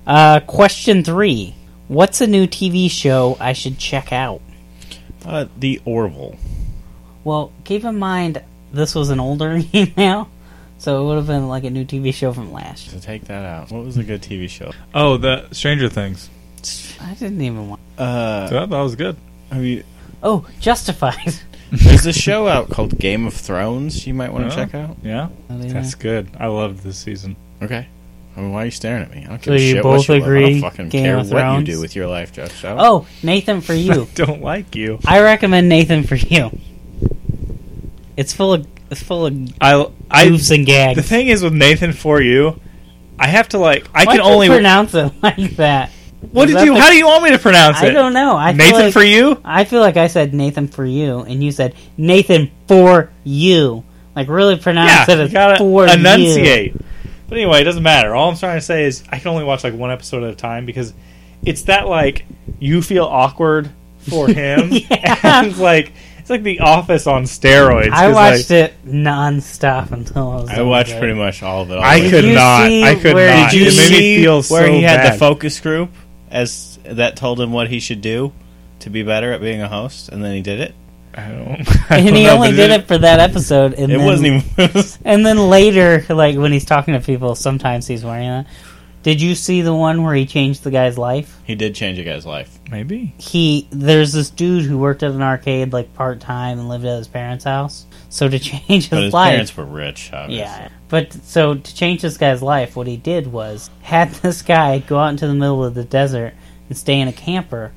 Speaker 2: Uh, question three What's a new TV show I should check out?
Speaker 4: Uh, the Orville.
Speaker 2: Well, keep in mind, this was an older email, So it would have been like a new TV show from last.
Speaker 4: So take that out. What was a good TV show?
Speaker 3: Oh, the Stranger Things.
Speaker 2: I didn't even want.
Speaker 4: Uh,
Speaker 3: that was good.
Speaker 4: have you?
Speaker 2: Oh, Justified.
Speaker 4: There's a show out called Game of Thrones. You might want
Speaker 3: Oh.
Speaker 4: to check out.
Speaker 3: Yeah,
Speaker 2: Oh, they
Speaker 3: that's good. I loved this season.
Speaker 4: Okay. I mean, why are you staring at me? I don't
Speaker 2: So
Speaker 4: give a
Speaker 2: you
Speaker 4: shit
Speaker 2: both
Speaker 4: what you love. I
Speaker 2: agree
Speaker 4: don't fucking
Speaker 2: Game
Speaker 4: care
Speaker 2: of
Speaker 4: what you
Speaker 2: Thrones?
Speaker 4: do with your life, Josh. So.
Speaker 2: Oh, Nathan for you.
Speaker 3: Don't like you.
Speaker 2: I recommend Nathan for you. It's full of it's full of
Speaker 3: I I
Speaker 2: goofs and gags.
Speaker 3: the thing is with Nathan for you, I have to like
Speaker 2: Why
Speaker 3: I can
Speaker 2: do you
Speaker 3: only
Speaker 2: pronounce it like that.
Speaker 3: What
Speaker 2: is
Speaker 3: did
Speaker 2: that
Speaker 3: you
Speaker 2: the-
Speaker 3: How do you want me to pronounce
Speaker 2: I
Speaker 3: it?
Speaker 2: don't know. I
Speaker 3: Nathan
Speaker 2: feel like,
Speaker 3: for you?
Speaker 2: I feel like I said Nathan for you, and you said Nathan for you. Like really
Speaker 3: Yeah,
Speaker 2: pronounce it
Speaker 3: you
Speaker 2: as
Speaker 3: gotta
Speaker 2: for you.
Speaker 3: enunciate. But anyway, it doesn't matter. All I'm trying to say is I can only watch like one episode at a time because it's that like you feel awkward for him.
Speaker 2: Yeah.
Speaker 3: and it's like it's like The Office on steroids.
Speaker 2: I
Speaker 3: 'cause,
Speaker 2: watched
Speaker 3: like,
Speaker 2: it nonstop until I was.
Speaker 4: I
Speaker 2: done
Speaker 4: watched
Speaker 2: with it.
Speaker 4: pretty much all of it. All
Speaker 3: I
Speaker 4: the
Speaker 3: could
Speaker 2: you
Speaker 3: not.
Speaker 2: see
Speaker 3: I could
Speaker 2: where-
Speaker 3: not.
Speaker 4: Did you
Speaker 3: it made
Speaker 4: see
Speaker 3: me feel so
Speaker 4: where he had
Speaker 3: bad.
Speaker 4: the focus group as that told him what he should do to be better at being a host, and then he did it.
Speaker 3: I don't, I
Speaker 2: And
Speaker 3: don't
Speaker 2: he
Speaker 3: know,
Speaker 2: only
Speaker 3: but
Speaker 2: did it for that episode, and
Speaker 4: it
Speaker 2: then,
Speaker 4: wasn't even. it was-
Speaker 2: And then later, like when he's talking to people, sometimes he's wearing that. Did you see the one where he changed the guy's life?
Speaker 4: he did change a guy's life.
Speaker 3: Maybe
Speaker 2: he there's this dude who worked at an arcade like part time and lived at his parents' house. So to change
Speaker 4: But
Speaker 2: his,
Speaker 4: his
Speaker 2: life,
Speaker 4: parents were rich, obviously.
Speaker 2: yeah. But so to change this guy's life, what he did was had this guy go out into the middle of the desert and stay in a camper,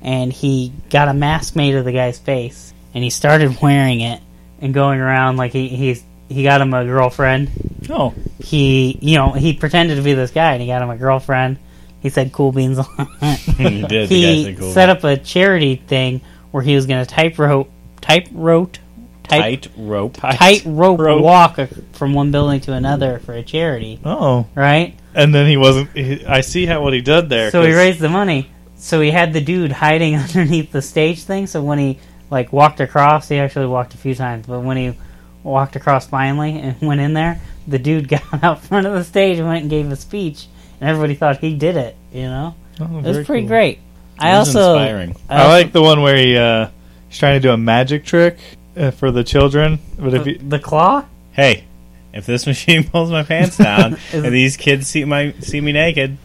Speaker 2: and he got a mask made of the guy's face, and he started wearing it and going around like he he's he got him a girlfriend
Speaker 3: no.
Speaker 2: he you know he pretended to be this guy and he got him a girlfriend he said cool beans a lot
Speaker 4: He did, the guy
Speaker 2: he
Speaker 4: said cool
Speaker 2: set up a charity thing where he was going to type rope type rope type
Speaker 4: Tight rope.
Speaker 2: tight rope
Speaker 3: rope.
Speaker 2: walk a- from one building to another for a charity
Speaker 3: Oh,
Speaker 2: right
Speaker 3: and then he wasn't. He, I see how what he did there.
Speaker 2: so he
Speaker 3: 'cause-
Speaker 2: raised the money so he had the dude hiding underneath the stage thing so when he like walked across he actually walked a few times but when he walked across finally and went in there the dude got out front of the stage and went and gave a speech and everybody thought he did it you know
Speaker 3: Oh,
Speaker 2: it
Speaker 3: very
Speaker 2: was pretty
Speaker 3: cool.
Speaker 2: great I
Speaker 4: It was
Speaker 2: also,
Speaker 4: inspiring.
Speaker 3: I like the one where he uh, he's trying to do a magic trick uh, for the children, but if
Speaker 2: the,
Speaker 3: you,
Speaker 2: the claw.
Speaker 4: Hey, if this machine pulls my pants down
Speaker 2: Is-
Speaker 4: and these kids see my see me naked,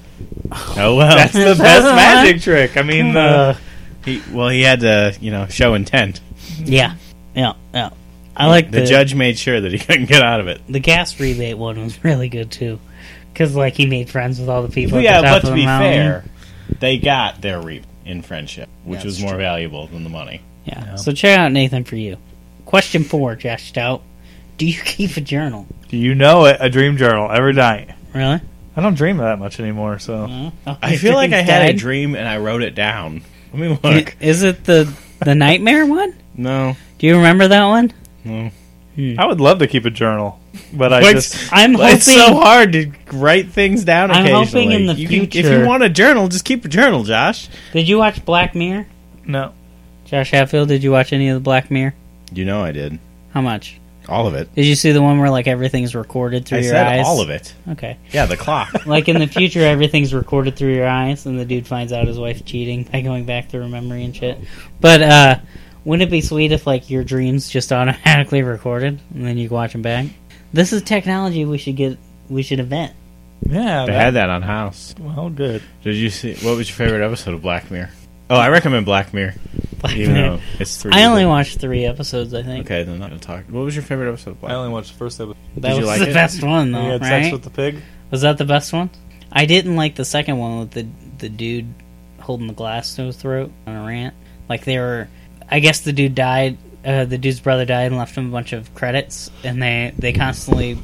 Speaker 4: oh well.
Speaker 3: that's the
Speaker 2: That's
Speaker 3: best
Speaker 2: the one.
Speaker 3: magic trick. I mean, uh,
Speaker 4: he, well, he had to, you know, show intent.
Speaker 2: Yeah, yeah, yeah. I like
Speaker 4: the,
Speaker 2: the,
Speaker 4: judge made sure that he couldn't get out of it.
Speaker 2: The gas rebate one was really good too, because like he made friends with all the people.
Speaker 4: yeah,
Speaker 2: at the top
Speaker 4: but
Speaker 2: of
Speaker 4: to
Speaker 2: the
Speaker 4: be
Speaker 2: mountain.
Speaker 4: fair, they got their reap in friendship, which
Speaker 2: Yeah,
Speaker 4: was
Speaker 2: that's
Speaker 4: more valuable than the money.
Speaker 2: yeah. So check out Nathan for you. Question four, Josh Stout: Do you keep a journal?
Speaker 3: do you know it? A dream journal every night.
Speaker 2: Really?
Speaker 3: I don't dream that much anymore, so
Speaker 2: No?
Speaker 4: I feel like I had a dream and I wrote it down. Let me look.
Speaker 2: Is it the the nightmare one?
Speaker 4: no,
Speaker 2: Do you remember that one?
Speaker 4: no.
Speaker 3: I would love to keep a journal, but I
Speaker 4: Like,
Speaker 3: just
Speaker 2: I'm hoping.
Speaker 4: It's so hard to write things down.
Speaker 2: I'm
Speaker 4: occasionally.
Speaker 2: hoping in the
Speaker 4: You can- if
Speaker 2: future-
Speaker 4: you want a journal, just keep a journal, Josh.
Speaker 2: Did you watch Black Mirror?
Speaker 3: no.
Speaker 2: Josh Hatfield, did you watch any of the Black Mirror?
Speaker 4: You know I did
Speaker 2: How much?
Speaker 4: all of it.
Speaker 2: Did you see the one where like everything's recorded through
Speaker 4: I
Speaker 2: your
Speaker 4: said
Speaker 2: eyes?
Speaker 4: all of it.
Speaker 2: Okay.
Speaker 4: Yeah, the clock.
Speaker 2: like in the future, everything's recorded through your eyes, and the dude finds out his wife cheating by going back through her memory and shit. But uh, wouldn't it be sweet if like your dreams just automatically recorded and then you can watch them back? This is technology we should get. We should invent.
Speaker 3: Yeah,
Speaker 4: they had that on House.
Speaker 3: well, good.
Speaker 4: Did you see? What was your favorite episode of Black Mirror? Oh, I recommend Black Mirror,
Speaker 2: Black
Speaker 4: even
Speaker 2: Mirror.
Speaker 4: though it's three.
Speaker 2: I only
Speaker 4: but-
Speaker 2: watched three episodes. I think
Speaker 4: Okay, then I'm not gonna talk. What was your favorite episode of Black?
Speaker 3: I only watched the first episode.
Speaker 2: that
Speaker 4: Did you
Speaker 2: was
Speaker 4: like
Speaker 2: the
Speaker 4: it?
Speaker 2: best one,
Speaker 3: He
Speaker 2: though.
Speaker 3: had
Speaker 2: Right?
Speaker 3: sex with the pig.
Speaker 2: was that the best one? I didn't like the second one with the the dude holding the glass to his throat on a rant. Like they were, I guess the dude died. Uh, the dude's brother died and left him a bunch of credits, and they they constantly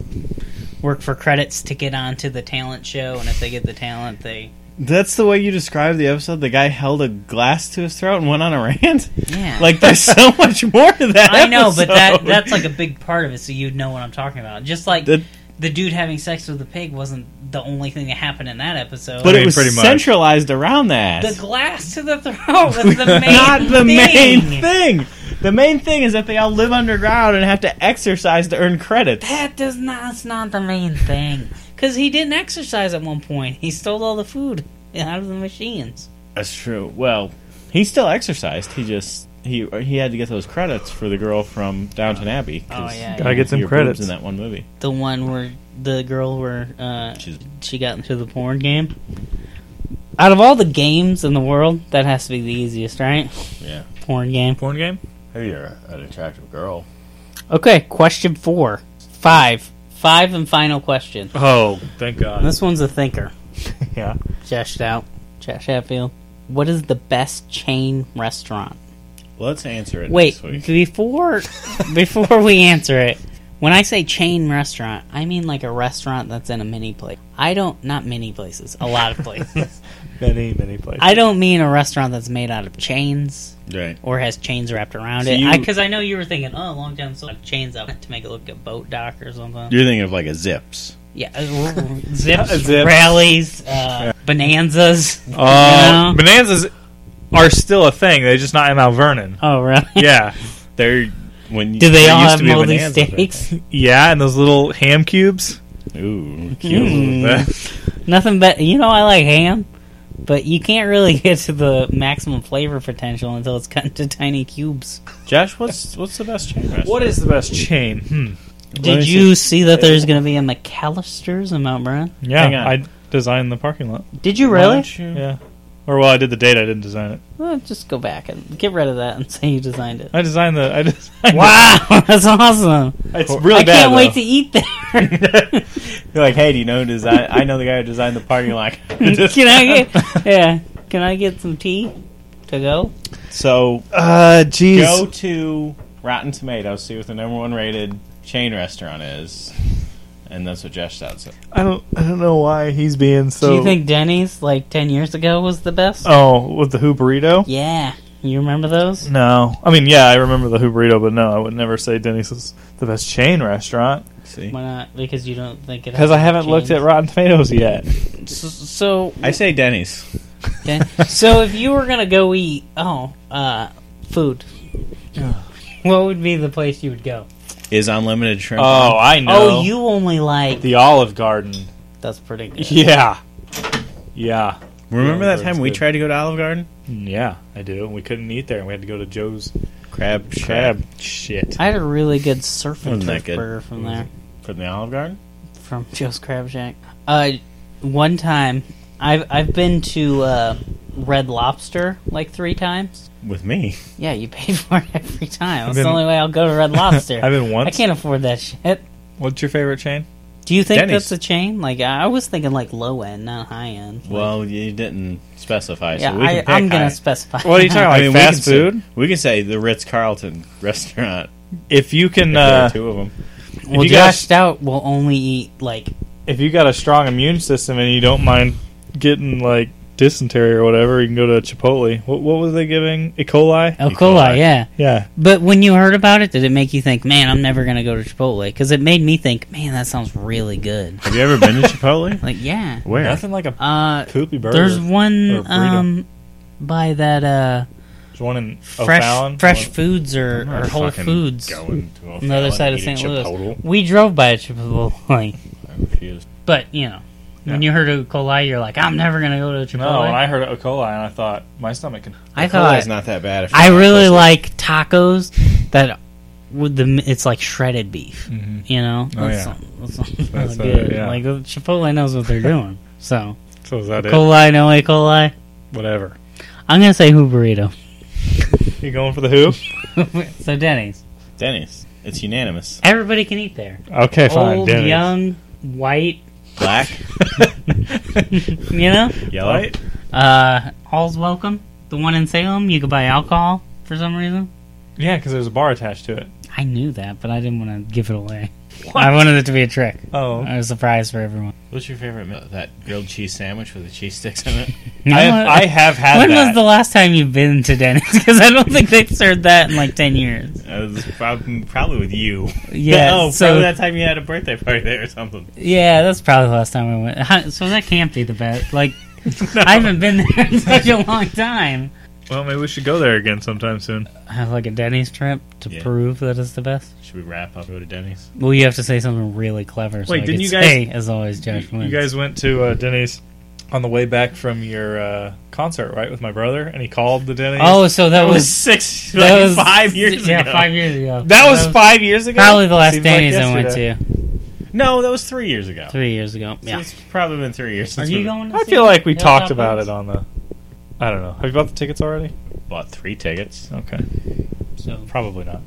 Speaker 2: work for credits to get onto the talent show. And if they get the talent, they
Speaker 4: That's the way you described the episode. The guy held a glass to his throat and went on a rant.
Speaker 2: yeah.
Speaker 4: Like there's so much more to that.
Speaker 2: I know, but that
Speaker 4: episode.
Speaker 2: that's like a big part of it, so you'd know what I'm talking about. Just like
Speaker 4: That-
Speaker 2: the dude having sex with the pig wasn't the only thing that happened in that episode.
Speaker 4: but
Speaker 3: I mean,
Speaker 4: it was
Speaker 3: pretty much.
Speaker 4: centralized around that.
Speaker 2: the glass to the throat was the main
Speaker 4: Not
Speaker 2: thing.
Speaker 4: the main thing. The main thing is that they all live underground and have to exercise to earn credits.
Speaker 2: That does not. That's not the main thing. Because he didn't exercise at one point. He stole all the food out of the machines.
Speaker 4: That's true. Well, he still exercised. He just he he had to get those credits for the girl from Downton Abbey. 'cause
Speaker 2: Oh, yeah,
Speaker 4: you
Speaker 2: Gotta
Speaker 4: don't
Speaker 3: get some
Speaker 4: see her boobs
Speaker 3: credits.
Speaker 4: in that one movie.
Speaker 2: The one where the girl where uh,
Speaker 4: She's-
Speaker 2: she got into the porn game. Out of all the games in the world, that has to be the easiest, right?
Speaker 4: Yeah,
Speaker 2: Porn game.
Speaker 3: Porn game?
Speaker 4: maybe you're a- an attractive girl.
Speaker 2: Okay, question four. Five. Five and final question.
Speaker 3: Oh, thank God.
Speaker 2: This one's a thinker.
Speaker 3: yeah.
Speaker 2: Josh out. Josh Hatfield. What is the best chain restaurant?
Speaker 4: Let's answer it.
Speaker 2: Wait,
Speaker 4: next week.
Speaker 2: before before we answer it, when I say chain restaurant, I mean like a restaurant that's in a mini place. I don't not many places, a lot of places.
Speaker 3: Many, many places.
Speaker 2: I don't mean a restaurant that's made out of chains
Speaker 4: right?
Speaker 2: or has chains wrapped around
Speaker 4: So
Speaker 2: it.
Speaker 4: you-
Speaker 2: Because I, know you were thinking, oh, Long John Silver have chains up to make it look like a boat dock or something.
Speaker 4: You're thinking of like a Zips.
Speaker 2: Yeah, uh, zips,
Speaker 3: Zips.
Speaker 2: rallies, uh, bonanzas.
Speaker 3: Uh,
Speaker 2: you know?
Speaker 3: Bonanzas are still a thing. They're just not in Mount Vernon.
Speaker 2: Oh, really?
Speaker 3: Yeah.
Speaker 4: They're when you,
Speaker 2: Do they
Speaker 4: there
Speaker 2: all
Speaker 4: used
Speaker 2: have
Speaker 4: to be a
Speaker 2: moldy
Speaker 4: Bonanza there.
Speaker 2: steaks?
Speaker 3: Yeah, and those little ham cubes.
Speaker 4: Ooh,
Speaker 2: Mm.
Speaker 4: cute.
Speaker 2: Nothing but you know I like ham, but you can't really get to the maximum flavor potential until it's cut into tiny cubes.
Speaker 4: Josh, what's what's the best chain restaurant?
Speaker 3: What is the best chain? Hmm.
Speaker 4: Let me
Speaker 2: Did you see that there's going to be a McAllister's in Mount Vernon?
Speaker 3: Yeah,
Speaker 4: Hang on. Hmm.
Speaker 3: I designed the parking lot.
Speaker 2: Did you
Speaker 4: Why
Speaker 2: really?
Speaker 4: don't you-
Speaker 3: Yeah. Or well, I did the date. I didn't design it.
Speaker 2: Well, just go back and get rid of that and say you designed it.
Speaker 3: I designed the. I designed
Speaker 2: Wow, that's awesome!
Speaker 3: it. It's really
Speaker 2: I
Speaker 3: bad.
Speaker 2: can't wait
Speaker 4: though.
Speaker 2: to eat there.
Speaker 4: You're like, hey, do you know who design? I know the guy who designed the parking lot.
Speaker 2: can I get yeah? Can I get some tea to go?
Speaker 4: so
Speaker 3: Uh, jeez.
Speaker 4: go to Rotten Tomatoes, see what the number one rated chain restaurant is, and that's what Josh Stout said.
Speaker 3: I don't. I don't know why he's being so.
Speaker 2: Do you think Denny's like ten years ago was the best?
Speaker 3: Oh, with the who burrito?
Speaker 2: Yeah, you remember those?
Speaker 3: No, I mean, yeah, I remember the who burrito, but no, I would never say Denny's is the best chain restaurant
Speaker 4: See,
Speaker 2: Why not? Because you don't think it
Speaker 3: because I haven't looked at Rotten Tomatoes yet.
Speaker 2: at so
Speaker 4: I say Denny's.
Speaker 2: then, so if you were gonna go eat oh uh food, what would be the place you would go?
Speaker 4: Is unlimited shrimp.
Speaker 3: Oh,
Speaker 4: on?
Speaker 3: I know.
Speaker 2: Oh, you only like
Speaker 3: the Olive Garden?
Speaker 2: that's pretty good.
Speaker 3: Yeah, yeah,
Speaker 4: remember
Speaker 3: Yeah,
Speaker 4: that time we
Speaker 3: good.
Speaker 4: tried to go to Olive Garden?
Speaker 3: yeah. I do. We couldn't eat there, and we had to go to Joe's
Speaker 4: Crab Shack.
Speaker 3: Crab. Shit.
Speaker 2: I had a really good surf and
Speaker 4: Wasn't that
Speaker 2: turf
Speaker 4: good?
Speaker 2: burger from
Speaker 4: Was
Speaker 2: there.
Speaker 4: it?
Speaker 3: Mm-hmm.
Speaker 4: from the Olive Garden.
Speaker 2: from Joe's Crab Shack. Uh, one time, I've I've been to uh, Red Lobster like three times.
Speaker 4: With me,
Speaker 2: Yeah, you pay for it every time. That's
Speaker 3: been-
Speaker 2: the only way I'll go to Red Lobster.
Speaker 3: I've been once.
Speaker 2: I can't afford that shit.
Speaker 3: What's your favorite chain?
Speaker 2: Do you think
Speaker 4: Denny's.
Speaker 2: that's a chain? Like I I was thinking, like low end, not high end.
Speaker 4: well, you didn't specify,
Speaker 2: yeah,
Speaker 4: so we can
Speaker 2: I,
Speaker 4: pick
Speaker 2: I'm gonna
Speaker 4: high.
Speaker 2: specify.
Speaker 3: What are you talking about?
Speaker 4: I
Speaker 3: Like
Speaker 4: mean,
Speaker 3: fast
Speaker 4: we can
Speaker 3: food?
Speaker 4: Say, we can say the Ritz Carlton restaurant.
Speaker 3: If you can,
Speaker 4: If there
Speaker 3: uh,
Speaker 4: are two of them.
Speaker 2: well,
Speaker 3: you
Speaker 2: Josh
Speaker 3: guys-
Speaker 2: Stout will only eat like
Speaker 3: if you got a strong immune system and you don't mind getting like dysentery or whatever, you can go to Chipotle. What, what was they giving? E. coli?
Speaker 2: E.
Speaker 4: E.
Speaker 2: coli.
Speaker 4: coli.
Speaker 2: Yeah,
Speaker 3: Yeah.
Speaker 2: But when you heard about it, did it make you think, man, I'm never going to go to Chipotle? Because it made me think, man, that sounds really good.
Speaker 4: Have you ever been to Chipotle?
Speaker 2: Like, yeah.
Speaker 4: Where?
Speaker 3: Nothing like a
Speaker 2: Uh,
Speaker 3: poopy burger.
Speaker 2: there's
Speaker 3: or
Speaker 2: one
Speaker 3: burrito.
Speaker 2: um, by that uh,
Speaker 3: There's one in
Speaker 2: fresh
Speaker 3: O'Fallon.
Speaker 2: fresh
Speaker 3: One-
Speaker 2: foods or, or Whole Foods
Speaker 4: Going to
Speaker 2: on the other side of St. Louis. We drove by a Chipotle,
Speaker 4: I refuse.
Speaker 2: but you know, when you heard of E. coli, you're like, I'm never going to go to a
Speaker 3: no,
Speaker 2: Chipotle.
Speaker 3: when I heard E. coli, and I thought my stomach can.
Speaker 2: I
Speaker 4: Coli's
Speaker 2: thought
Speaker 4: not that bad. If
Speaker 2: I
Speaker 4: you're not
Speaker 2: really
Speaker 4: supposed
Speaker 2: like tacos that with the it's like shredded beef. You know,
Speaker 3: Oh,
Speaker 2: that's,
Speaker 3: yeah.
Speaker 2: that's, that's
Speaker 3: That's, uh,
Speaker 2: good.
Speaker 3: yeah.
Speaker 2: Like Chipotle knows what they're doing. So
Speaker 3: So is that it?
Speaker 2: coli, no way, coli.
Speaker 3: Whatever.
Speaker 2: I'm gonna say who burrito.
Speaker 3: You going for the who?
Speaker 2: so Denny's.
Speaker 4: to. Denny's. It's unanimous.
Speaker 2: Everybody can eat there.
Speaker 3: Okay, fine.
Speaker 2: Old,
Speaker 3: Denny's.
Speaker 2: young, white.
Speaker 4: Black,
Speaker 2: You know,
Speaker 4: yellow.
Speaker 3: Right?
Speaker 2: uh, all's welcome. The one in Salem, you could buy alcohol for some reason.
Speaker 3: Yeah, because there's a bar attached to it.
Speaker 2: I knew that, but I didn't want to give it away. I wanted it to be a trick.
Speaker 3: Oh.
Speaker 2: I was surprised for everyone.
Speaker 4: What's your favorite? meal? That grilled cheese sandwich with the cheese sticks in it.
Speaker 2: You know
Speaker 3: I have,
Speaker 2: what?
Speaker 3: I have had
Speaker 2: When
Speaker 3: that.
Speaker 2: was the last time you've been to Denny's? Because I don't think they've served that in like ten years.
Speaker 4: That was probably, probably with you.
Speaker 2: Yeah,
Speaker 4: Oh,
Speaker 2: so
Speaker 4: probably that time you had a birthday party there or something.
Speaker 2: yeah, that's probably the last time I went. Huh, So that can't be the best. Like I haven't been there in such a long time.
Speaker 3: well, maybe we should go there again sometime soon.
Speaker 2: I have like a Denny's trip to
Speaker 4: Yeah.
Speaker 2: prove that it's the best.
Speaker 4: Should we wrap up? Go to Denny's.
Speaker 2: Well, you have to say something really clever. So
Speaker 3: Wait,
Speaker 2: I
Speaker 3: didn't
Speaker 2: could
Speaker 3: you guys-
Speaker 2: say, as always, Josh
Speaker 3: You
Speaker 2: wins.
Speaker 3: guys went to uh, Denny's on the way back from your uh, concert, right, with my brother, and he called the Denny's.
Speaker 2: Oh, so that
Speaker 3: that was
Speaker 2: was
Speaker 3: six,
Speaker 2: that
Speaker 3: like,
Speaker 2: was-
Speaker 3: five years
Speaker 2: yeah,
Speaker 3: ago.
Speaker 2: five years ago.
Speaker 3: That was five years ago.
Speaker 2: probably the last
Speaker 3: Seems like
Speaker 2: Denny's I went
Speaker 3: yesterday.
Speaker 2: to
Speaker 4: No, that was three years ago.
Speaker 2: three years ago.
Speaker 4: So
Speaker 2: Yeah.
Speaker 4: it's probably been three years.
Speaker 2: Are
Speaker 4: Since
Speaker 2: you
Speaker 4: we
Speaker 2: going? To
Speaker 3: I
Speaker 2: see
Speaker 3: feel
Speaker 2: it?
Speaker 3: like we
Speaker 2: Hilltop
Speaker 3: talked about
Speaker 2: Bucks?
Speaker 3: it on the. I don't know. Have you bought the tickets already?
Speaker 4: Bought three tickets.
Speaker 3: Okay,
Speaker 2: So
Speaker 3: probably not.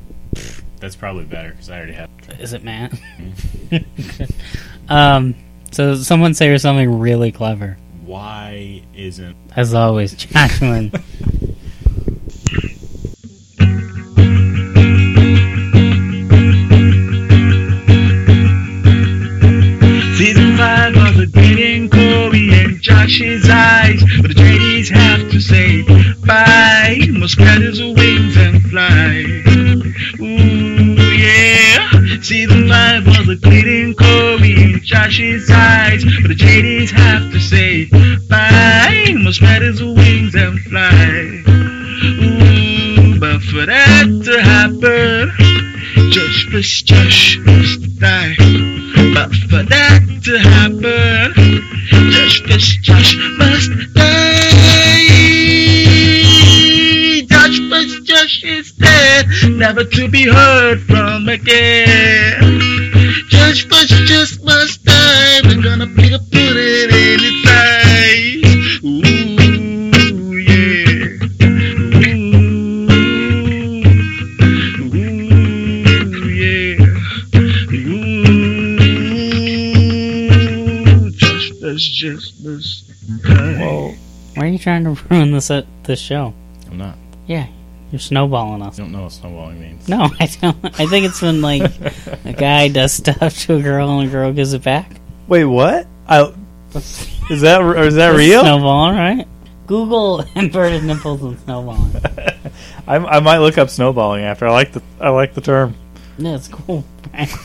Speaker 4: That's probably better because I already have.
Speaker 2: is it Matt? um. So someone say or something really clever.
Speaker 4: Why isn't
Speaker 2: As always, Jacqueline.
Speaker 5: Season 5 of the Glenn and Corey and Josh's eyes. But the tradies have to say bye. Must spread his wings and fly. Ooh, yeah. Season 5 of the Glenn and Corey and Josh's eyes. But the tradies have to say bye. Must spread his wings and fly. Ooh, but for that to happen, Josh, please, Josh, must die. But for that to happen, Josh, Josh, Josh must die. Josh, Josh, Josh is dead, never to be heard from again. Josh, Josh, Josh must die. We're gonna beat a pudding in its eyes. Ooh, yeah. Ooh, ooh, yeah. Ooh, just that's just this
Speaker 3: Well,
Speaker 2: Why are you trying to ruin this uh, this show?
Speaker 4: I'm not?
Speaker 2: Yeah, you're snowballing us.
Speaker 4: I don't know what snowballing means.
Speaker 2: No, I don't. I think it's when like a guy does stuff to a girl and a girl gives it back.
Speaker 3: wait, what? I, is that or is that
Speaker 2: That's
Speaker 3: real?
Speaker 2: Snowballing, right? Google inverted nipples and snowballing.
Speaker 3: I, I might look up snowballing after. I like the I like the term.
Speaker 2: Yeah, it's cool.
Speaker 3: That's